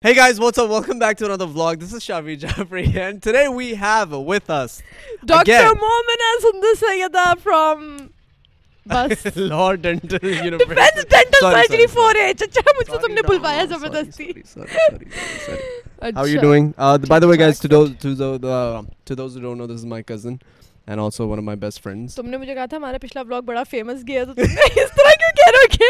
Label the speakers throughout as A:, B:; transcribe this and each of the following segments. A: Hey guys, what's up? Welcome back to another vlog. This is Shavi Jaffrey, and today we have with us
B: Dr.
A: Again.
B: Momina Sundar Sayyada from Bus.
A: Law Dental University.
B: Defense Dental
A: Sorry,
B: Surgery
A: sorry,
B: 4H اچھا مجھ سے
A: sorry.
B: تم نے
A: Sorry,
B: بلوایا
A: no, sorry,
B: زبردستی
A: sorry, sorry, sorry, sorry, sorry. How are you doing? Uh, th- by the way, guys, to those to those uh, to those who don't know, this is my cousin, and also one of my best friends.
B: تم نے مجھے کہا تھا ہمارا پچھلا blog بڑا famous گیا تو تم نے اس طرح کیوں کہہ رہے کہ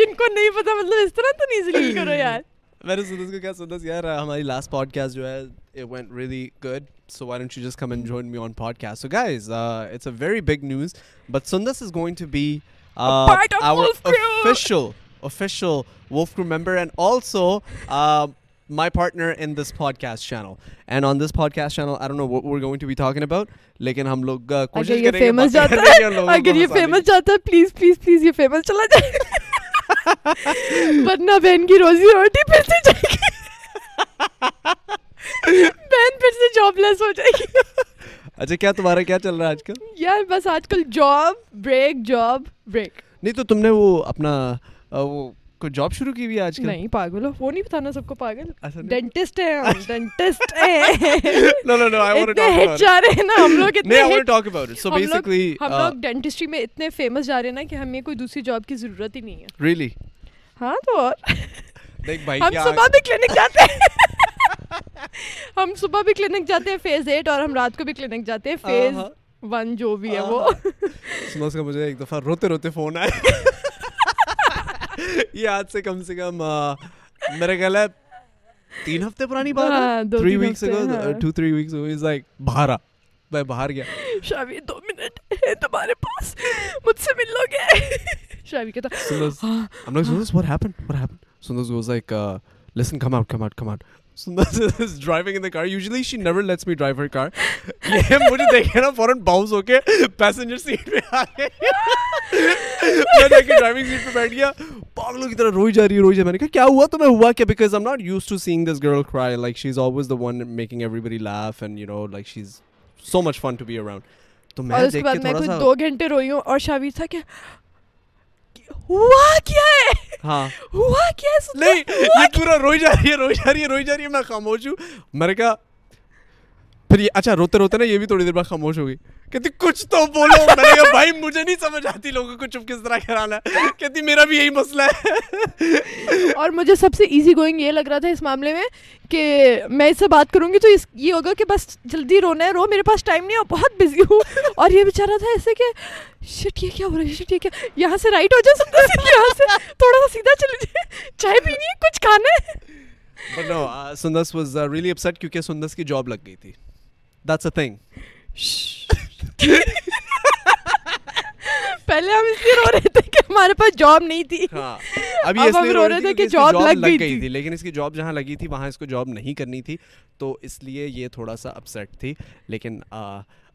B: جن کو نہیں پتا مطلب اس طرح تو نہیں ذلیل کرو یار
A: میں نے سندس کو کیا سندس یار ہماری لاسٹ پوڈ کاسٹ جو ہے it went really good so why don't you just come and join me on podcast so guys uh, it's a very big news but sundas is going to be uh,
B: part of
A: our
B: Wolf Crew.
A: official official wolf crew member and also uh, my partner in this podcast channel and on this podcast channel I don't know what we're going to be talking about لیکن ہم لوگ uh,
B: اگر
A: کوشش
B: یہ
A: کریں گے
B: famous
A: باتیں کرنے
B: جاتا
A: کی اور
B: ہے
A: لوگوں
B: اگر
A: کو
B: یہ
A: ہنسانے
B: فیمس جاتا ہے پلیز پلیز پلیز یہ فیمس چلا جائے ورنہ بہن کی روزی روٹی پھر سے جائے گی بہن پھر سے جاب لیس ہو جائے گی
A: کی۔ اچھا کیا تمہارا کیا چل رہا ہے آج کل
B: یار بس آج کل جاب بریک جاب بریک
A: نہیں تو تم نے وہ اپنا uh, وہ کوئی جاب شروع کی ہوئی ہے آج کل
B: نہیں پاگل ہو وہ نہیں بتانا سب کو پاگل
A: اچھا نہیں-
B: ڈینٹسٹ ہیں ہم ڈینٹسٹ ہیں
A: No, no, no. I want to
B: اتنے
A: talk
B: ہٹ
A: about it.
B: جا رہے ہیں نا ہم لوگ
A: No,
B: اتنے
A: I want to
B: hit
A: talk about it. So
B: ہم لوگ-
A: basically,
B: ہم
A: uh,
B: لوگ ڈینٹسٹری میں اتنے فیمس جا رہے ہیں نا کہ ہمیں کوئی دوسری جاب کی ضرورت ہی نہیں ہے
A: really.
B: ہاں تو اور
A: دیکھ بھائی
B: ہم
A: کیا
B: صبح بھی کلینک جاتے ہیں ہم صبح بھی کلینک جاتے ہیں فیز ایٹ اور ہم رات کو بھی کلینک جاتے ہیں فیز
A: آہا.
B: ون جو بھی ہے وہ
A: سنو اس کا مجھے ایک دفعہ روتے روتے فون آیا یہ آج سے کم سے کم آ، میرا خیال ہے تین ہفتے پرانی بات
B: ہاں،
A: ہے
B: دو
A: تھری
B: تین
A: ویکس
B: ہفتے،
A: اگو
B: ہاں۔
A: Two three weeks ago is like بھارا میں باہر گیا
B: شاوی دو منٹ ہے تمہارے پاس مجھ سے مل لو گے شاوی کہتا
A: سندس ہم لوگ Sundus what happened what happened Sundus was like uh, listen come out come out come out سندس is driving in the car usually she never lets me drive her car یہ مجھے دیکھے نا فوراً باؤنس ہو کے passenger seat پہ آ گئے میں جا کے ڈرائیونگ سیٹ پہ بیٹھ گیا پاگلوں کی طرح روئی جا رہی ہے روئی جا رہی ہے۔ میں نے کہا کیا ہوا تو میں ہوا کیا because I'm not used to seeing this girl cry like she's always the one making everybody laugh and you know like she's so much fun to be around تو میں
B: اور اس کے
A: دیکھ
B: بعد
A: کے
B: میں
A: تھوڑا
B: کچھ
A: سا
B: دو گھنٹے روئی ہوں اور شاوی تھا کہ ہوا کیا ہے
A: ہاں
B: ہوا کیا ہے
A: نہیں یہ پورا روئی جا رہی ہے روئی جا رہی ہے روئی جا رہی ہے میں خاموش ہوں میں نے کہا پھر یہ اچھا روتے روتے نا یہ بھی تھوڑی دیر بعد خاموش ہو گئی کہتی کچھ تو بولو میں نے کہا بھائی مجھے نہیں سمجھ آتی لوگوں کو چپ کس طرح کرانا ہے کہتی میرا بھی یہی مسئلہ ہے
B: اور مجھے سب سے ایزی گوئنگ یہ لگ رہا تھا اس معاملے میں کہ میں اس سے بات کروں گی تو اس یہ ہوگا کہ بس جلدی رونا ہے رو میرے پاس ٹائم نہیں ہے اور بہت بزی ہوں اور یہ بیچارہ تھا ایسے کہ شٹ یہ کیا ہو رہا ہے شٹ یہ کیا یہاں سے رائٹ ہو جائے سندر سنگھ یہاں سے تھوڑا سا سیدھا چلے جائے چائے پینی ہے کچھ کھانا ہے
A: no Sundus was really upset کیونکہ سندس کی جاب لگ گئی تھی دیٹس اے تھنگ
B: پہلے ہم اس لیے رو رہے تھے کہ ہمارے پاس جاب نہیں تھی
A: ہاں
B: اب
A: ابھی اس
B: ہم
A: لیے
B: رو رہے تھے کہ
A: جاب
B: job لگ
A: لگ
B: گئی
A: گئی
B: تھی۔
A: تھی لیکن اس کی جاب جہاں لگی تھی وہاں اس کو جاب نہیں کرنی تھی تو اس لیے یہ تھوڑا سا اپسیٹ تھی لیکن آ،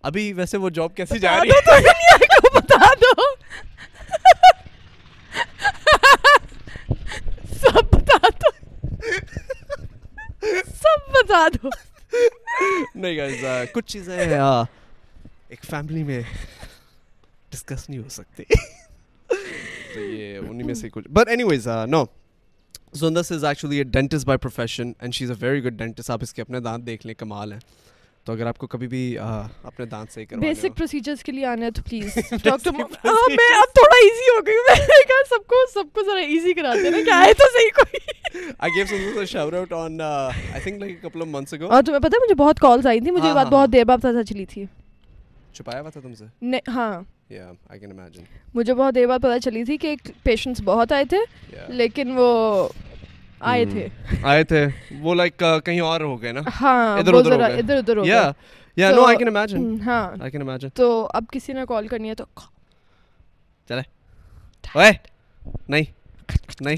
A: ابھی ویسے وہ جاب کیسے جا رہی ہے
B: تو دنیا کو بتا دو سب بتا دو سب بتا دو
A: نہیں guys، آ، کچھ چیزیں آ، ایک فیملی میں ڈسکس نہیں ہو سکتی تو یہ انہیں میں سے کچھ but anyways no زندس is actually a dentist by profession and she is a very good dentist آپ اس کے اپنے دانت دیکھ لیں کمال ہے تو اگر آپ کو کبھی بھی آ، اپنے دانت صحیح کروانے ہو-
B: بیسک پروسیجرز کے لیے آنا ہے تو پلیز ڈاکٹر
A: Basic
B: ہاں میں اب تھوڑا ایزی ہو گئی ہوں۔ میں نے کہا سب کو سب کو ذرا ایزی کرا دینا کہ آئے تو صحیح کوئی
A: I gave Sundar a shout out on, uh, I think like a couple of months ago.
B: اور تمہیں پتہ ہے مجھے بہت کالز آئی تھیں مجھے یہ
A: ہاں،
B: بات
A: ہاں،
B: بہت دیر بعد پتہ چلی تھی
A: چھپایا ہوا تھا تم سے
B: نہیں ہاں
A: Yeah, I can imagine.
B: مجھے بہت دیر بعد پتہ چلی تھی کہ پیشنٹس بہت آئے تھے
A: Yeah.
B: لیکن وہ آئے تھے
A: آئے تھے وہ لائک کہیں اور ہو گئے نا
B: ہاں
A: ادھر
B: وہ
A: ادھر ہو
B: ذرا
A: گئے۔
B: ادھر ادھر ہو گئے۔
A: Yeah, yeah, no, I can imagine.
B: ہم، ہاں
A: I can imagine.
B: تو اب کسی نے کال کرنی ہے تو
A: چلے اوے نہیں نہیں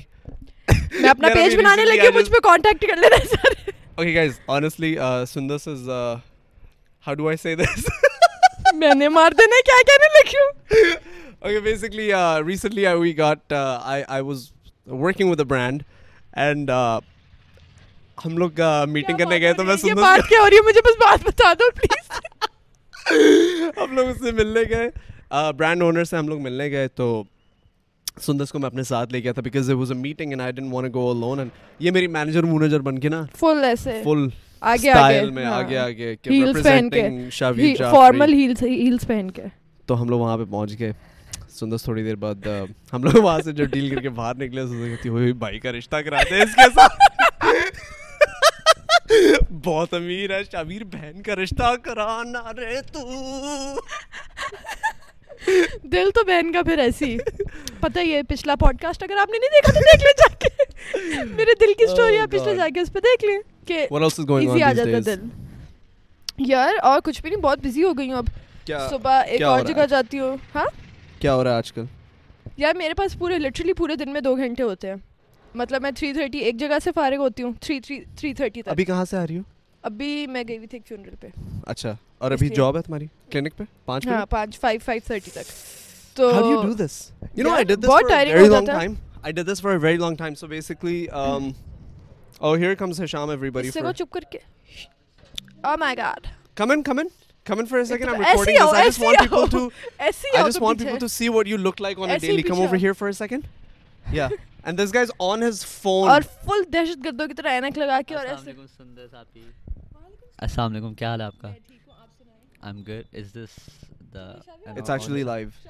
B: میں اپنا
A: یار ابھی
B: پیج بنانے
A: recently
B: لگی
A: I
B: ہوں مجھ
A: just-
B: پہ کانٹیکٹ کر لینا سر
A: okay guys honestly Sundus is how do I say this
B: میں نے مار دینا کیا کہنے لگی ہوں
A: okay, basically, uh, recently I, we got uh, I I was working with a brand, and uh, ہم لوگ میٹنگ کرنے گئے تو میں
B: یہ
A: سندر
B: بات کیا ہو رہی ہے مجھے بس بات بتا دو پلیز
A: ہم لوگ اس سے ملنے گئے برانڈ اونر سے ہم لوگ ملنے گئے تو سندس کو میں اپنے ساتھ لے گیا تھا because was a meeting and I didn't want go alone and یہ میری مینیجر مونیجر بن کے نا
B: فل ایسے
A: فل
B: آگے ہاں۔
A: اسٹائل میں آگے آگے
B: Heels پہن کے.
A: شاویر
B: فارمل ہیلز ہیلز پہن کے
A: تو ہم لوگ وہاں پہ پہنچ گئے سندس تھوڑی دیر بعد ہم لوگ وہاں سے جب ڈیل کر کے باہر نکلے سندس کہتی ہوئی بھائی کا رشتہ کرا دے اس کے ساتھ بہت امیر ہے شاویر بہن کا رشتہ کرانا رے تو
B: دل تو بہن کا پھر ایسی پتہ یہ پچھلا پوڈ کاسٹ اگر آپ نے نہیں دیکھا تو دیکھ لیں جا کے میرے دل کی اسٹوری آپ پچھلے جا کے اس پہ دیکھ لیں کہ
A: Oh What else is going on
B: easy a
A: these
B: جاتا
A: days?
B: دل یار اور کچھ بھی نہیں بہت بزی ہو گئی ہوں اب
A: کیا-
B: صبح ایک
A: کیا ہو
B: اور
A: رہا ہے
B: جگہ جاتی ہوں ہاں
A: کیا ہو رہا ہے آج کل
B: یار میرے پاس پورے لٹرلی پورے دن میں دو گھنٹے ہوتے ہیں مطلب میں تھری تھرٹی ایک جگہ سے فارغ ہوتی ہوں تھری تھری تھری تھرٹی تک
A: ابھی کہاں سے آ رہی ہو
B: ابھی میں گئی ہوئی تھی ایک funeral پہ
A: اچھا اور
B: اس
A: ابھی
B: لیے-
A: جاب ہے تمہاری کلینک پہ پانچ
B: ہاں
A: منٹ
B: پانچ فائیو فائیو تھرٹی تک
A: اچھا۔ How do you do
B: تو
A: this? You know,
B: Yeah,
A: I did this
B: बहुत
A: for a
B: tiring
A: very
B: होता
A: long
B: था।
A: time. I did this for a very long time. So basically, um, oh, here comes Hisham, everybody.
B: اس سے
A: For,
B: کو چپ کر کے Oh my god. E
A: come in, come in. Come in for a second. I'm
B: ایسے
A: recording
B: he
A: this. I
B: آؤ,
A: just
B: ایسے
A: want
B: ہی
A: people
B: آؤ۔
A: to,
B: ایسے ہی
A: I
B: آؤ
A: just
B: تو
A: want
B: پیچھے۔
A: people to see what you look like on a
B: ऐसे ही
A: daily. Come
B: पीछे
A: over
B: आओ।
A: here for a second. Yeah. And this guy's on his
B: اور
A: phone.
B: فل دہشت گردوں کی طرح اینک لگا کے اور ایسے
C: السلام علیکم کیا حال ہے آپ جی، کا I am good is this the
A: It's actually live.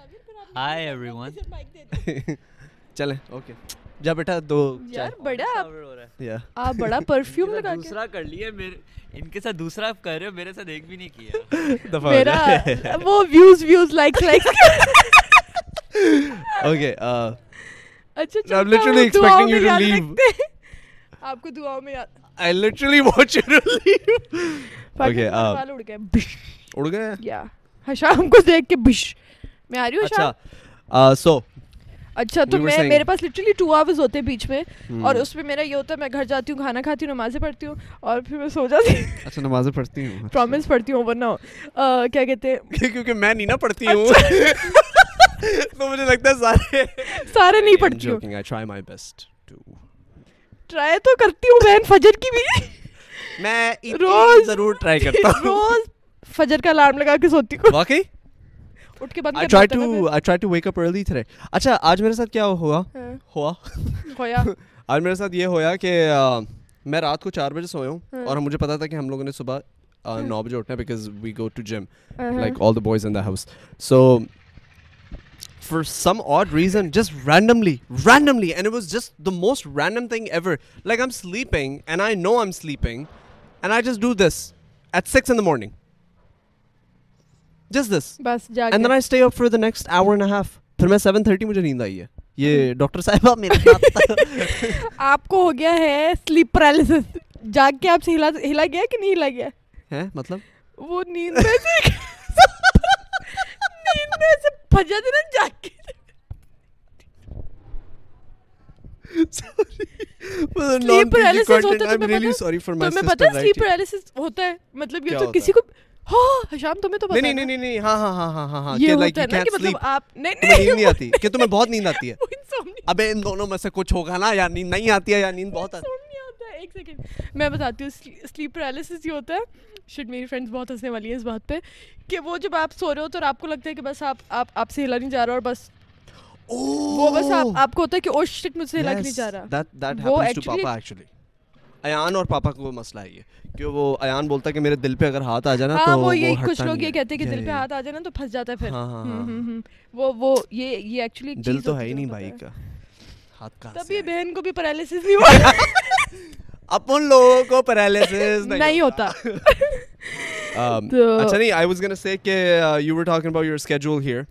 C: Hi, everyone.
A: چلیں okay. جا بیٹا دو
B: یار بڑا آپ-
A: yeah.
B: آپ بڑا پرفیوم لگا کے
C: دوسرا کر لیا ان کے ساتھ دوسرا آپ کر رہے ہو میرے ساتھ ایک بھی نہیں کیا
A: دفعہ
B: میرا وہ views views like like
A: Okay. Uh,
B: اچھا
A: I'm literally expecting you to leave.
B: آپ کو دعاؤں میں یاد
A: I literally want you to leave. Okay.
B: Okay
A: Uh,
B: بال اڑ گئے بش
A: اڑ گئے
B: یا ہشام کو دیکھ کے بش میں آ رہی ہوں ہشام
A: اچھا سو
B: اچھا تو
A: We were
B: میں
A: saying- Hmm.
B: میرے پاس لٹرلی ٹو آورس ہوتے ہیں بیچ میں اور اس میں میرا یہ ہوتا ہے میں گھر جاتی ہوں کھانا کھاتی ہوں نمازیں پڑھتی ہوں اور پھر میں سو جاتی ہوں
A: اچھا نمازیں پڑھتی ہوں
B: پرومس پڑھتی ہوں ورنہ آ، کیا کہتے ہیں
A: کیونکہ میں نہیں نا پڑھتی ہوں تو مجھے لگتا ہے سارے
B: سارے نہیں پڑھتی ہوں ٹرائی تو کرتی ہوں بہن فجر کی بھی
A: میں
B: روز-
A: ضرور ٹرائی کرتا ہوں
B: روز فجر کا الارم لگا کے سوتی ہوں
A: واقعی
B: اٹھ کے بند
A: آئی
B: کر
A: ٹرائی
B: دیتا ہوں
A: to I try to wake up early تھے اچھا آج میرے ساتھ کیا ہوا
B: میں۔
A: ہوا
B: ہاں، ہویا
A: آج میرے ساتھ یہ ہوا کہ میں رات کو چار بجے سویا ہوں اور مجھے پتا تھا کہ ہم لوگوں نے صبح نو بجے اٹھنا ہے because we go to gym
B: ہاں۔
A: Like all the boys in the house so for some odd reason just randomly randomly and it was just the most random thing ever like I am sleeping and I know I am sleeping and I just do this at six in the morning just this
B: ہاں۔ بس جا
A: and then
B: کے
A: I stay up for the next hour and half پھر میں seven thirty مجھے نیند آئی ہے یہ ڈاکٹر صاحبہ میرے ساتھ
B: آپ کو ہو گیا ہے سلیپ پیرالس جاگ کے آپ سے ہلا ہلا گیا کہ نہیں ہلا گیا
A: ہیں مطلب
B: وہ نیند میں سے نیند میں سے پھجا دینا جاگ کے سلیپ پیرالس ہوتا ہے تمہیں پتہ ہے تمہیں پتہ ہے سلیپ پیرالس ہوتا ہے مطلب یہ
A: کیا
B: تو
A: ہوتا
B: کسی کو ہاں ہشام تمہیں تو پتہ ہے نا۔ یہ ہوتا ہے نا کہ مطلب
A: تمہیں
B: آپ نہیں نہیں وہ-
A: آتی کہ تمہیں بہت نیند آتی ہے
B: وہ insomnia-
A: ابے ان دونوں میں سے کچھ ہوگا نا یا نیند نہیں آتی ہے یا نیند بہت آتی
B: insomnia ہوتا ہے۔ ایک سیکنڈ میں بتاتی ہوں سلیپ پیرالس یہ ہوتا ہے شٹ میری فرینڈس بہت ہنسنے والی ہیں اس بات پہ کہ وہ جب آپ سو رہے ہو تو اور آپ کو لگتا ہے کہ بس آپ آپ آپ سے ہلا نہیں جا رہا اور بس وہ بس
A: Oh.
B: آپ آپ کو ہوتا ہے کہ او شٹ مجھ سے ہلا کے نہیں جا رہا وہ actually-
A: ایان اور پاپا کو مسئلہ ہے یہ کہ وہ ایان بولتا ہے کہ میرے دل پہ اگر ہاتھ آ جائے نا
B: ہاں
A: تو
B: وہ یہی کچھ لوگ یہ کہتے ہیں کہ دل پہ ہاتھ آ جائے نا تو پھنس جاتا ہے پھر
A: ہاں ہاں ہاں
B: وہ وہ یہ یہ ایکچولی
A: دل تو ہے ہی نہیں بھائی کا ہاتھ کا
B: تب یہ بہن کو بھی پیرالس نہیں ہوا
A: اپن لوگوں کو پیرالیسس
B: نہیں ہوتا
A: اچھا نہیں آئی واز گن سے کہ you were talking about your schedule here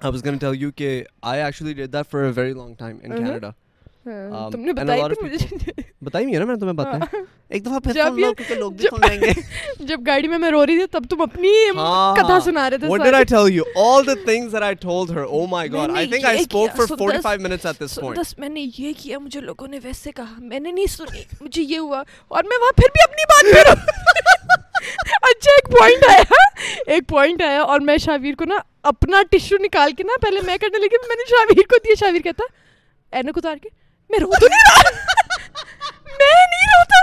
A: I was gonna tell you کہ I actually did that for a very long time in Canada ہاں،
B: تم نے بتایا مجھے
A: بتائی نہیں ہے نا میں نے تمہیں بتایا ایک دفعہ پھر
B: جب
A: سن لو کیونکہ لوگ بھی سن لیں گے
B: یہ جب گاڑی میں میں رو رہی تھی تب تم اپنی کتھا سنا رہے تھے
A: ہاں، What did I tell you? All the things that I told her. Oh my god. I think I spoke for 45 minutes at this point.
B: دس میں نے یہ کیا مجھے لوگوں نے ویسے کہا میں نے نہیں سنی مجھے یہ ہوا اور میں وہاں پھر بھی اپنی بات کر اچھا ایک پوائنٹ آیا ایک پوائنٹ آیا اور میں شاویر کو نا اپنا ٹشو نکال کے نا پہلے میں کرنے لگی میں نے شاویر کو دیا شاویر کہتا اینک اتار کے میں رو تو نہیں رہا میں نہیں روتا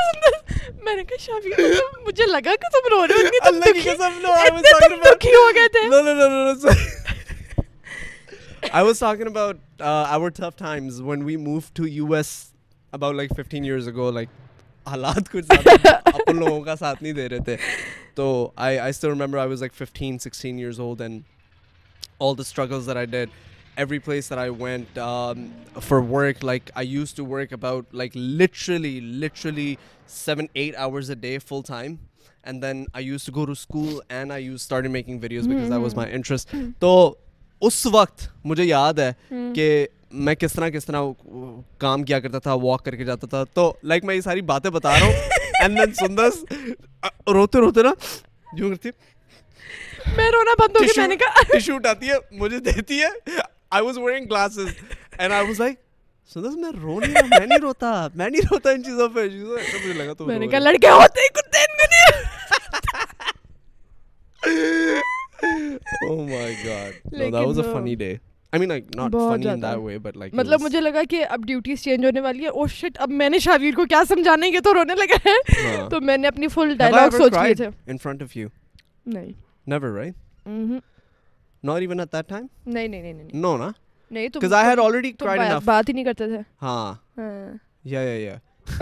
B: میں نے کہا شاویر مجھے لگا کہ تم رو رہے ہو
A: اللہ کی قسم no I was
B: اتنے
A: talking
B: تم
A: about
B: دکھی ہو گئے تھے
A: No no no no no. sorry. I was talking about uh, our tough times when we moved to US about like 15 years ago. Like, حالات کچھ زیادہ اپن لوگوں کا ساتھ نہیں دے رہے تھے تو I I still remember I was like fifteen sixteen years old and all the struggles that I did every place that I went for work like I used to work about like literally literally seven eight hours a day full time and then I used to go to school and I used start making videos because I was
B: Mm-hmm.
A: My interest تو اس وقت مجھے یاد ہے
B: Mm.
A: کہ میں کس طرح کس طرح کام کیا کرتا تھا واک کر کے جاتا تھا تو لائک میں یہ ساری باتیں بتا رہا ہوں اینڈ دین سندرس روتے روتے نا یوں کرتی
B: میں رونا بند ہو گیا میں نے کہا
A: ٹشو اٹھاتی ہے مجھے دیتی ہے I was wearing glasses and I was like سندرس میں رو نہیں رہا میں نہیں روتا میں نہیں روتا ان چیزوں پہ مجھے لگا تو
B: میں نے کہا لڑکے ہوتے ہی کتے ہیں، ان کو نہیں
A: Oh my god. No, that
B: Lekin
A: was a
B: wo-
A: funny day. I mean, like, not
B: بہت
A: funny in
B: زیادہ۔
A: that way, but like. it
B: مطلب
A: was-
B: مجھے لگا کہ اب ڈیوٹیز چینج ہونے والی ہے او شٹ اب میں نے شاویر کو کیا سمجھانے یہ تو رونے لگا ہے
A: ہاں۔
B: تو میں نے اپنی full
A: Have I
B: dialogue
A: ever
B: سوچ لیے
A: cried
B: تھے
A: in front of you?
B: نہیں
A: Never, right?
B: نہیں
A: Not even at that time?
B: نہیں نہیں نہیں
A: No, na?
B: نہیں تو
A: Because I had already cried enough.
B: بات ہی نہیں کرتے تھے
A: Huh.
B: ہاں
A: Yeah, yeah, yeah.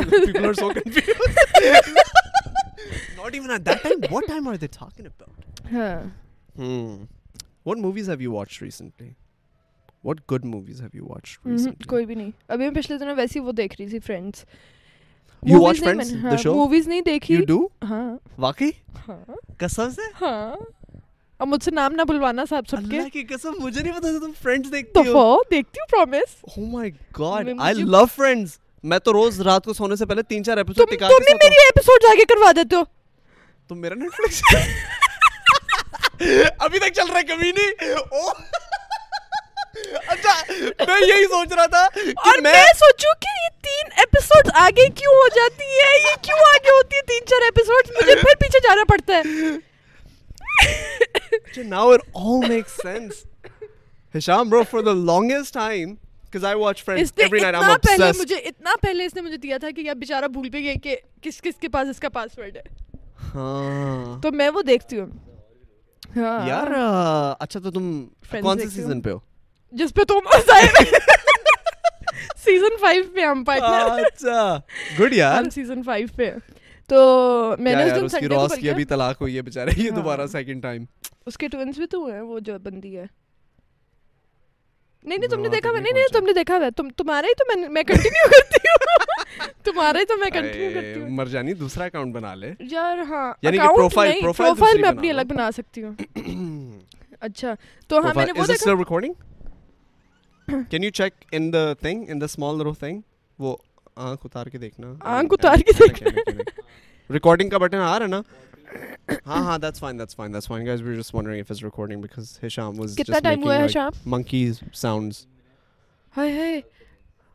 A: People are so confused. not even at that time? What time are they talking about?
B: ہاں
A: Hmm. What movies have you watched recently? What good movies have you watched
B: Mm-hmm.
A: recently?
B: کوئی بھی نہیں ابھی میں پچھلے دنوں ویسی وہ دیکھ رہی تھی Friends
A: You watch Friends, the show?
B: Movies ہاں، نہیں دیکھی
A: You do?
B: ہاں
A: واقعی
B: ہاں
A: قسم سے
B: ہاں اب مجھ سے نام نہ بلوانا صاحب سب کے
A: اللہ کی قسم مجھے نہیں پتا تھا تم فرینڈز دیکھتی ہو
B: دفعہ دیکھتی ہوں پرومس
A: Oh my god,
B: میں
A: I
B: مجھے-
A: love Friends. میں تو روز رات کو سونے سے پہلے تین چار
B: تم
A: ایپیسوڈ ٹکا
B: تم
A: کے سوتا
B: ہی
A: ہوں
B: میری ایپیسوڈ جا کے کروا دیتے ہو
A: تم میرا نیٹفلکس ابھی تک چل رہا ہے کبھی نہیں Oh. اچھا میں یہی سوچ رہا تھا
B: اور
A: کہ
B: میں
A: میں
B: سوچوں کہ یہ تین ایپیسوڈ آگے کیوں ہو جاتی ہے یہ کیوں آگے ہوتی ہے تین چار ایپیسوڈ مجھے پھر پیچھے جانا پڑتا ہے
A: ناؤ اچھا، it all makes sense Hisham bro for the longest time because I watch Friends
B: اس نے
A: every night I'm
B: اتنا پہلے
A: obsessed
B: مجھے اتنا پہلے اس نے مجھے دیا تھا کہ یار بیچارہ بھول بھی گئے کہ کس کس کے پاس اس کا پاسورڈ ہے
A: ہاں
B: تو میں وہ دیکھتی ہوں ہاں
A: یار اچھا تو تم
B: Friends
A: کون سے
B: دیکھتی ہوں۔
A: سیزن پہ ہو
B: جس پہ تم سیزن فائیو پہ ہم پارٹنر
A: اچھا گڈ یار
B: ہم سیزن فائیو پہ ہیں۔ تو میں نے اس دن سنڈے کو
A: روز
B: بلکہ-
A: کی ابھی طلاق ہوئی ہے بےچارے یہ
B: ہاں۔
A: دوبارہ سیکنڈ ٹائم
B: اس کے ٹوینس بھی تو ہوئے ہیں وہ جو بندی ہے نہیں نہیں
A: میں
B: تم نے
A: وہاں
B: دیکھا
A: تک
B: ہوا
A: نہیں
B: نہیں نہیں
A: پہنچا۔
B: تم نے دیکھا ہوا ہے۔ تم تمہارا ہی تو میں میں کنٹینیو کرتی ہوں تمہارا ہی تو میں کنٹینیو کرتی ہوں
A: مر جانی جی، دوسرا اکاؤنٹ بنا لے
B: یار ہاں
A: یعنی کہ
B: account
A: profile-
B: نہیں،
A: profile
B: profile
A: دوسری
B: میں
A: بنا
B: اپنی
A: لو۔
B: الگ بنا سکتی ہوں اچھا تو ہاں میں نے وہ دیکھا
A: can you check in the thing in the small low thing وہ آنکھ اتار کے دیکھنا
B: آنکھ اتار کے
A: ریکارڈنگ کا بٹن آ رہا ہے نا ہاں ہاں that's fine that's fine that's fine guys we just wondering if is recording because Hisham was
B: کتنا ٹائم ہوا ہے شام
A: monkeys sounds
B: hi hi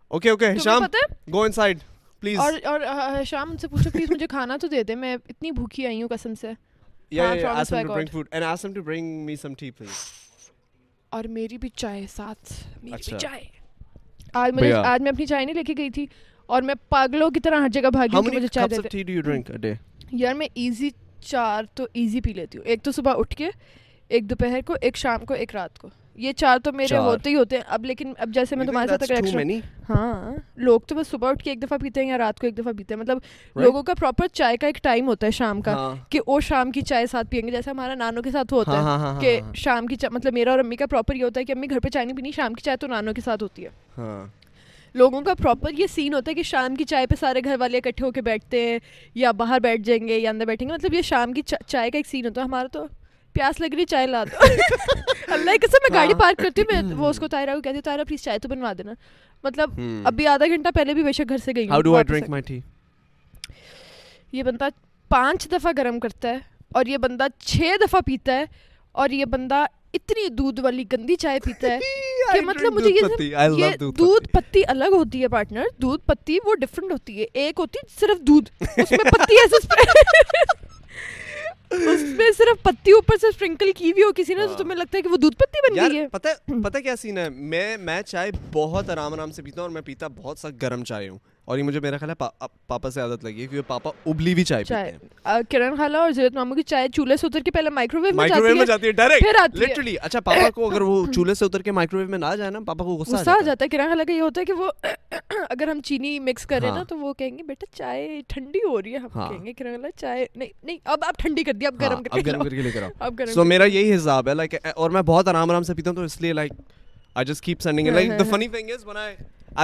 A: okay okay
B: تمہیں
A: ہشام
B: پتہ ہے
A: go inside please
B: اور اور آہ، شام ان سے پوچھو پلیز مجھے کھانا تو دے دے میں اتنی بھوکی آئی ہوں قسم سے
A: yeah
B: ہاں،
A: yeah, yeah
B: promise
A: ask him
B: by
A: to bring
B: God.
A: food and ask him to bring me some tea please
B: اور میری بھی چائے ساتھ میری بھی
A: اچھا۔
B: چائے آج مجھے
A: بھیا۔
B: آج میں اپنی چائے نہیں لے کے گئی تھی اور میں پاگلوں کی طرح ہر جگہ بھاگی
A: how
B: ہوں کہ
A: many
B: مجھے چائے
A: cups
B: they
A: of
B: they
A: tea do you drink a day
B: یار میں ایزی چار تو ایزی پی لیتی ہوں ایک تو صبح اٹھ کے ایک دوپہر کو ایک شام کو ایک رات کو یہ چار تو میرے
A: چار۔
B: ہوتے ہی ہوتے ہیں اب لیکن اب جیسے میں
A: You think
B: تمہارے ساتھ
A: that's
B: اگر
A: too
B: ایکسٹرا
A: many?
B: ہاں لوگ تو بس صبح اٹھ کے ایک دفعہ پیتے ہیں یا رات کو ایک دفعہ پیتے ہیں مطلب
A: Right.
B: لوگوں کا پراپر چائے کا ایک ٹائم ہوتا ہے شام کا
A: ہاں۔
B: کہ وہ شام کی چائے ساتھ پئیں گے جیسے ہمارا نانوں کے ساتھ وہ
A: ہاں،
B: ہوتا
A: ہاں، ہاں،
B: ہے کہ
A: ہاں، ہاں۔
B: شام کی چائے مطلب میرا اور امی کا پراپر یہ ہوتا ہے کہ امی گھر پہ چائے نہیں پینی شام کی چائے تو نانوں کے ساتھ ہوتی ہے
A: ہاں
B: لوگوں کا پراپر یہ سین ہوتا ہے کہ شام کی چائے پہ سارے گھر والے اکٹھے ہو کے بیٹھتے ہیں یا باہر بیٹھ جائیں گے یا اندر بیٹھیں گے مطلب یہ شام کی چا- چائے کا ایک سین ہوتا ہے ہمارا تو پیاس لگ رہی ہے چائے لا دو اللہ کی قسم میں گاڑی
A: ہاں۔
B: پارک کرتی ہوں میں وہ اس کو طائرہ کو کہتی ہوں طائرہ پلیز چائے تو بنوا دینا مطلب ابھی آدھا گھنٹہ پہلے بھی بے شک گھر سے گئی ہوں،
A: how do i
B: واپس
A: drink
B: آئی۔
A: my tea
B: یہ بندہ پانچ دفعہ گرم کرتا ہے اور یہ بندہ چھ دفعہ پیتا ہے اور یہ بندہ اتنی دودھ والی گندی چائے پیتا ہے کہ مطلب مجھے یہ سب- یہ دودھ پتی الگ ہوتی ہے پارٹنر دودھ پتی وہ ڈفرینٹ ہوتی ہے ایک ہوتی ہے صرف دودھ اس میں پتی ایسے spray- اس میں صرف پتی اوپر سے اسپرنکل کی ہوئی ہو کسی نے تو
A: ہاں۔
B: تمہیں لگتا ہے کہ وہ دودھ پتی بن گئی ہے
A: پتہ پتہ کیا سین ہے میں میں چائے بہت آرام آرام سے پیتا ہوں اور میں پیتا بہت سخت گرم چائے ہوں اور یہ مجھے میرا خیال ہے پا- اب پاپا سے عادت لگی ہے کیونکہ پاپا ابلی بھی چائے پیتے
B: چائے
A: ہیں
B: کرن خالہ اور زیرت ماموں کی چائے چولہے سے اتر کے پہلے مائکرو ویو میں
A: مائکرو ویو میں
B: جاتی ہے
A: جاتی ہے
B: پھر
A: ڈائریکٹ
B: آتی ہے۔
A: لٹرلی اچھا پاپا کو اگر وہ چولہے سے اتر کے مائکرو ویو میں نہ جائے نا پاپا کو غصہ آ
B: غصہ
A: جاتا
B: آ
A: ہے
B: جاتا ہے کرن خالہ کا یہ ہوتا ہے کہ وہ اگر ہم چینی مکس کر رہے
A: ہاں۔
B: ہیں نا تو وہ کہیں گے بیٹا چائے ٹھنڈی ہو رہی ہے ہم کہیں گے کرن خالہ چائے نہیں نہیں اب آپ ٹھنڈی کر دی اب
A: ہاں،
B: گرم
A: اب
B: کر
A: گرم
B: کے
A: کر کے لے کر آؤ
B: اب گرم
A: سو میرا یہی حساب ہے لائک اور میں بہت آرام آرام سے پیتا ہوں تو اس لیے like I just keep sending like the funny thing is when I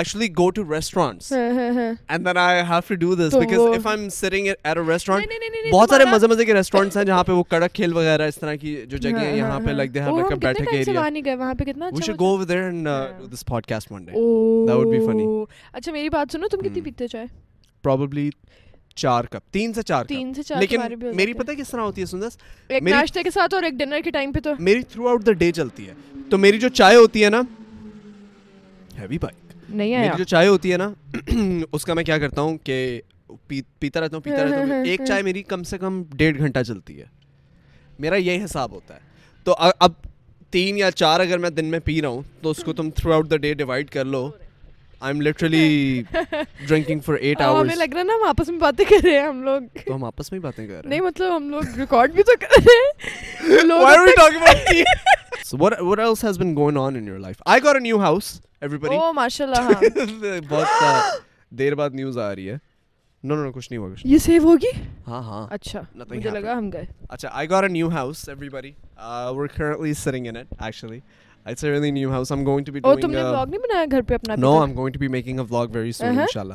A: actually go to restaurants
B: ہاں،
A: and then I have to do this
B: تو
A: because
B: وہ-
A: if I'm sitting at a restaurant بہت
B: بہت
A: سارے مزے مزے کے ریسٹورینٹس ہیں جہاں پہ وہ کڑک کھیل وغیرہ اس طرح کی جو
B: ہاں،
A: جگہ ہے یہاں پہ لائک دے ہیو لائک بیٹھک ایریا
B: وہاں نہیں گئے وہاں پہ کتنا
A: وی
B: اچھا
A: should go over there and do this podcast one
B: Oh.
A: Day
B: اچھا میری بات سنو تم کتنی
A: Hmm۔
B: پیتے چائے
A: پروبلی چار کپ تین سے چار
B: تین سے
A: کپ
B: چار
A: لیکن
B: تمہارے بھی ہو
A: میری
B: جاتے ہیں۔
A: پتہ ہے کس طرح ہوتی ہے سندس
B: ایک
A: میری-
B: ناشتے کے ساتھ اور ایک ڈنر کے ٹائم پہ تو
A: میری تھرو آؤٹ دا ڈے چلتی ہے تو میری جو چائے ہوتی ہے نا ہیوی بائک
B: نہیں
A: میری
B: آیا
A: جو چائے ہوتی ہے نا اس کا میں کیا کرتا ہوں کہ پی- پیتا رہتا ہوں پیتا رہتا ہوں ایک چائے میری کم سے کم ڈیڑھ گھنٹہ چلتی ہے میرا یہی حساب ہوتا ہے تو ا- اب تین یا چار اگر میں دن میں پی رہا ہوں تو اس کو تم throughout the day divide کر لو I M literally drinking for eight
B: ہاں، ہمیں
A: آورس
B: لگ رہا ہے نا ہم آپس میں باتیں کر رہے ہیں ہم لوگ
A: تو ہم آپس میں ہی باتیں کر رہے
B: نہیں مطلب ہم لوگ ریکارڈ بھی تو کر رہے ہیں
A: Why are we talking about tea? So what what else has been going on in your life? I got a new house, everybody.
B: او ماشاء اللہ ہاں
A: بہت آ، دیر بعد نیوز آ رہی ہے نو نو کچھ نہیں ہوا کچھ
B: یہ سیو ہوگی
A: ہاں ہاں
B: اچھا مجھے لگا ہم گئے
A: اچھا I got a new house everybody where currently sitting in it actually it's a really new house I am going to be
B: اور Oh, تم نے
A: ڈوئنگ
B: بلاگ نہیں بنایا گھر پہ اپنا
A: no I am going to be making a vlog very soon
B: Uh-huh.
A: انشاءاللہ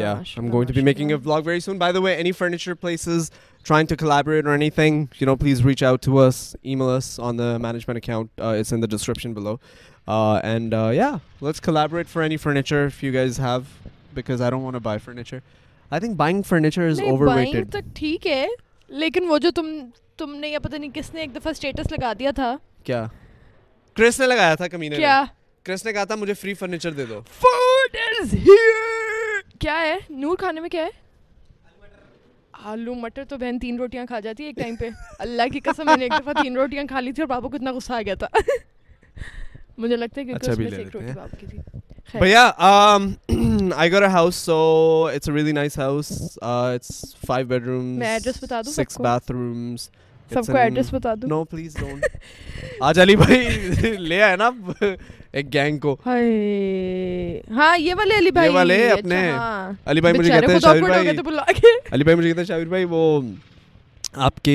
A: Yeah, I'm going to be making a vlog very soon. By the way, any furniture places trying to collaborate or anything, you know, please reach out to us, email us on the management account. Uh, it's in the description below. Uh, and uh, yeah, let's collaborate for any furniture if you guys have, because I don't want to buy furniture. I think buying furniture is overrated.
B: تک ٹھیک ہے لیکن وہ جو تم تم نے یا پتہ نہیں کس نے ایک دفعہ اسٹیٹس لگا دیا تھا
A: کیا کرس نے لگایا تھا کمینے نے
B: کیا
A: کرس نے کہا تھا مجھے فری فرنیچر دے دو
B: فوڈ از ہیئر کیا ہے نور کھانے میں کیا ہے آلو مٹر تو بہن تین روٹیاں کھا جاتی ہے ایک ٹائم پہ اللہ کی قسم میں نے ایک دفعہ تین روٹیاں کھا لی تھی اور پاپا کو اتنا غصہ آ گیا تھا مجھے لگتا ہے کیونکہ
A: اچھا
B: اس
A: بھی
B: میں
A: لے لیتے
B: سے ایک روٹی
A: ہیں۔
B: پاپا کی تھی
A: But yeah, um, I got a house, so it's a really nice house. Uh, it's five bedrooms,
B: मैं address बता दूं
A: six
B: सबको?
A: bathrooms.
B: سب
A: It's
B: کو
A: in-
B: ایڈریس بتا دو
A: No, please don't. آج علی بھائی لے آئے نا آپ ایک گینگ کو
B: ہاں یہ والے علی بھائی اچھا، ہاں۔
A: علی بھائی مجھے کہتے ہیں شاہر بھائی علی بھائی مجھے کہتے ہیں شاہر بھائی وہ آپ کے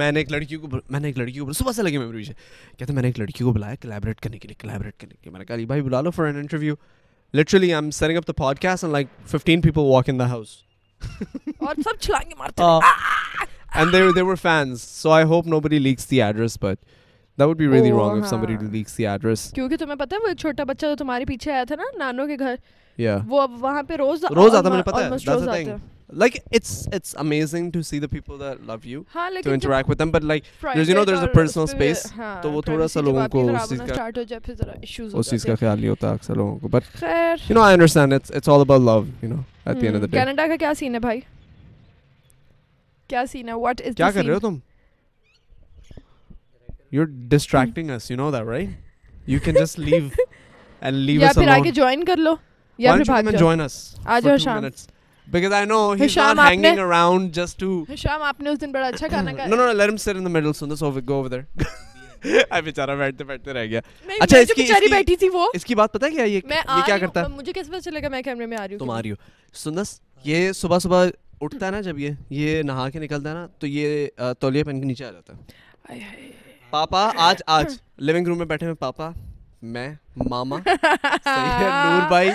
A: میں نے ایک لڑکی کو میں نے ایک لڑکی کو صبح سے لگے میرے پیچھے کہتے ہیں میں نے ایک لڑکی کو بلایا کلیبریٹ کرنے کے لیے کلیبریٹ کرنے کے لیے میں نے کہا علی بھائی بلا لو for an interview literally I am setting up the podcast and like fifteen people walk in the house
B: اور سب چھلانگے مارتے
A: and they they were fans. So I hope nobody leaks the address, but that would be really
B: Oh,
A: wrong if somebody
B: हाँ.
A: leaks the address.
B: کیونکہ تمہیں پتا ہے وہ ایک چھوٹا بچہ جو تمہارے پیچھے آیا تھا نا نانو کے گھر
A: Yeah.
B: وہ اب وہاں پہ روز
A: روز آتا ہے، مجھے پتا ہے.
B: almost
A: That's the
B: روز آتا
A: thing.
B: ہے۔
A: Like it's it's amazing to see the people that love you
B: ہاں
A: to
B: لیکن جب
A: interact with them, but like there's you know
B: private
A: there's a
B: اور
A: personal
B: اس پہ بھی-
A: space.
B: ہاں،
A: تو وہ تھوڑا
B: privacy
A: سا
B: جب
A: لوگوں
B: آپ کی
A: کو
B: خراب
A: اس چیز
B: ہونا
A: کا-
B: start ہو جائے پھر ذرا issues ہو
A: اس چیز
B: جاتے
A: کا
B: ہیں۔
A: خیال نہیں ہوتا اکثر لوگوں کو. But
B: خیر
A: you know I understand it's it's all about love. You know at the end of the day.
B: Canada کا کیا سین ہے بھائی کیا سین ہے واٹ از
A: کیا کر رہے ہو تم? You're distracting us. You know that, right? You can just leave and leave
B: یا
A: us
B: پھر
A: alone.
B: آگے جوائن کر لو یا
A: Why
B: پھر
A: don't you come
B: بھاگ
A: and
B: جاؤ
A: join us
B: آ
A: for
B: جاؤ
A: two
B: شام۔
A: minutes? Because I know he's
B: شام
A: not
B: آپ
A: hanging
B: نے-
A: around just to.
B: شام آپ نے اس دن بڑا اچھا کھانا
A: No,
B: کھایا
A: no, no, let him sit in the middle. Sundar, so go over there. I بیچارہ بیٹھتے بیٹھتے رہ گیا
B: نہیں
A: اچھا،
B: میں
A: اس
B: جو
A: کی- اس
B: بیچاری
A: کی-
B: بیٹھی تھی وہ
A: اس کی بات پتہ ہے کیا یہ
B: میں
A: یہ کیا کرتا ہے
B: مجھے کیسے پتا چلے گا میں کیمرے میں آ رہی ہوں
A: تم آ رہی ہو سندس یہ صبح صبح اٹھتا ہے نا جب یہ یہ نہا کے نکلتا ہے نا تو یہ تولیہ پہن کے نیچے آ جاتا ہے پاپا آج آج لیونگ روم میں بیٹھے ہوئے پاپا میں ماما نور بھائی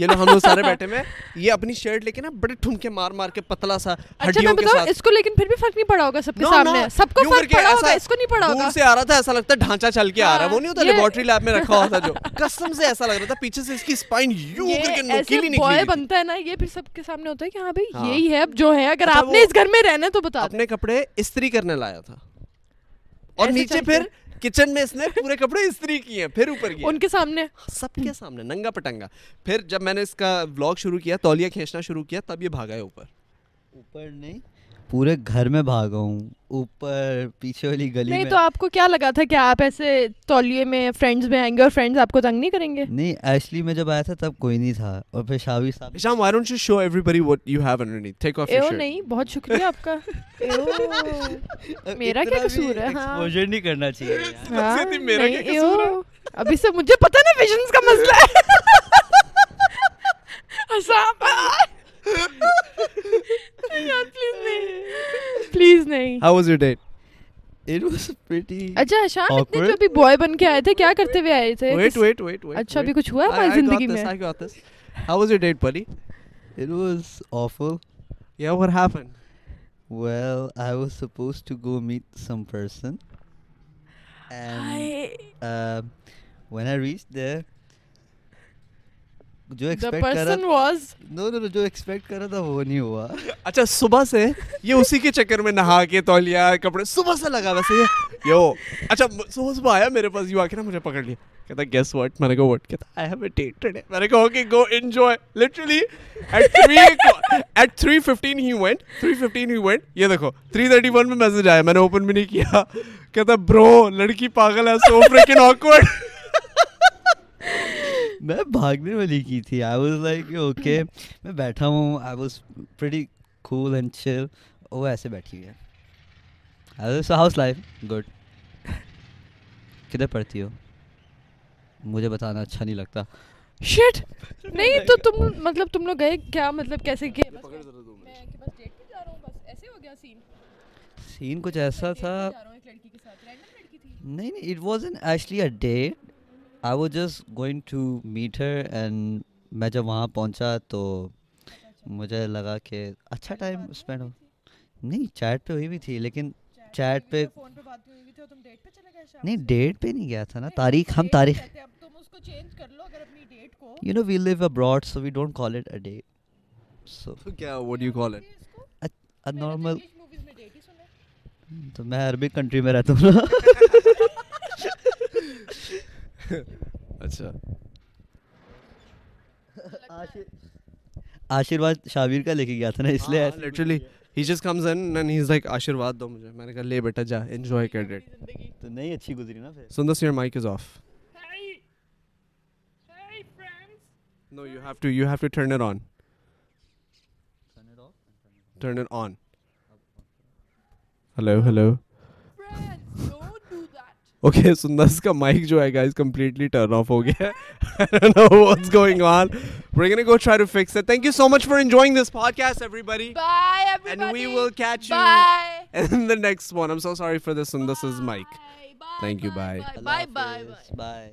A: یہ لوگ ہم لوگ سارے بیٹھے میں یہ اپنی شرٹ لے کے نا بڑے ٹھمکے مار مار کے پتلا سا
B: اچھا میں
A: ہڈیوں کے
B: بتاؤں
A: ساتھ
B: اس کو لیکن پھر بھی فرق نہیں پڑا ہوگا سب کے سامنے سب کو فرق پڑا ہوگا اس کو نہیں پڑا ہوگا
A: سے آ رہا تھا ایسا لگتا ہے ڈھانچہ چل کے آ رہا ہے وہ نہیں ہوتا لیبورٹری لیب میں رکھا ہوا تھا جو قسم سے ایسا لگ رہا تھا پیچھے سے اس کی اسپائن یو کر کے نوکیلی
B: بوائے
A: نکلی
B: بنتا ہے نا یہ پھر سب کے سامنے ہوتا ہے کہ ہاں بھائی یہی ہے اب جو ہے اگر آپ نے اس گھر میں رہنا تو بتا
A: اپنے کپڑے استری کرنے لایا تھا اور نیچے پھر کچن میں اس نے پورے کپڑے استری کیے ہیں پھر اوپر
B: ان
A: کیے
B: کے سامنے
A: سب کے سامنے ننگا پٹنگا پھر جب میں نے اس کا بلاگ شروع کیا تولیہ کھینچنا شروع کیا تب یہ بھاگا ہے اوپر
C: اوپر نہیں پورے گھر میں بھاگا ہوں اوپر پیچھے والی گلی میں
B: نہیں تو آپ کو کیا لگا تھا کہ آپ ایسے تولیے میں فرینڈز میں آئیں گے اور فرینڈز آپ کو تنگ نہیں کریں گے
C: نہیں ایکچولی میں جب آیا تھا تب کوئی نہیں تھا اور پھر شاوی صاحب
A: Hisham, why don't you show everybody what you have underneath? Take off your
B: ایو
A: shirt.
B: نہیں بہت شکریہ آپ کا میرا کیا قصور ہے ہاں
C: ایکسپوجر نہیں کرنا چاہیے
B: ابھی سے مجھے پتا نا ویژنس کا مسئلہ ہے پلیز نہیں
A: How was your date?
C: It was pretty
B: اچھا اشان اتنے
C: Awkward.
B: جو ابھی بوائے بن کے آئے تھے کیا کرتے ہوئے آئے تھے
A: Wait, wait, wait, wait.
B: اچھا ابھی
A: wait.
B: کچھ ہوا ہے
A: I,
B: ہماری
A: I got
B: زندگی
A: this.
B: میں
A: I got this. How was your date, buddy?
B: اچھا۔
C: It was awful.
A: Yeah, what happened?
C: Well, I was supposed to go meet some person. And uh, when I reached there, جو expect کر
B: person
C: رہا
B: was
C: no no جو expect کر رہا تھا وہ نہیں ہوا
A: اچھا صبح سے یہ اسی کے چکر میں نہا کے تولیا کپڑے صبح سے لگا ویسے یہ یو اچھا صبح صبح آیا میرے پاس یو آ کے نا مجھے پکڑ لیا کہتا گیس واٹ میں نے کہا واٹ کہتا I have a date today میں نے کہا okay go enjoy literally at 3 at 3:15 he went 3:15 he went یہ دیکھو 3:31 میں میسج آیا میں نے اوپن بھی نہیں کیا کہتا برو لڑکی پاگل ہے سو فریکن آکورڈ
C: میں بھاگنے والی کی تھی آئی واز لائک اوکے میں بیٹھا ہوں I was pretty cool and چل وہ ایسے بیٹھی ہوئی ہے ہاؤس لائف گڈ کدھر پڑھتی ہو مجھے بتانا اچھا نہیں لگتا
B: شٹ نہیں تو تم مطلب تم لوگ گئے کیا مطلب کیسے گئے
C: سین کچھ ایسا تھا نہیں نہیں it was an actually a date I was just going to meet her and میں جب وہاں پہنچا تو مجھے لگا کہ اچھا ٹائم اسپینڈ ہو نہیں چیٹ پہ ہوئی بھی تھی لیکن چیٹ پہ نہیں ڈیٹ پہ نہیں گیا تھا نا تاریخ ہم تاریخ you know we live abroad so we don't call it a day so
A: کیا what you call it
C: normal تو میں عربک کنٹری میں رہتا ہوں نا
A: اچھا
C: آشیرواد شابیر کا لے کے گیا تھا نا اس لیے ایسے-
A: literally he just comes in and he is like ashirwad دو مجھے میں نے کہا لے بیٹا جا انجوائے کر ڈیٹ
C: تو نہیں اچھی گزری نا پھر
A: Sundus your mic is off no you have to you have to turn it on turn it on hello hello okay Sundus کا مائک جو ہے گائز کمپلیٹلی ٹرن آف ہو گیا what's going on We're gonna go try to fix it. Thank you so much for enjoying this podcast, everybody. And we will catch you in the next one. I'm so sorry for this, and this is Mike. Thank you, bye.
B: Bye bye bye.
C: Bye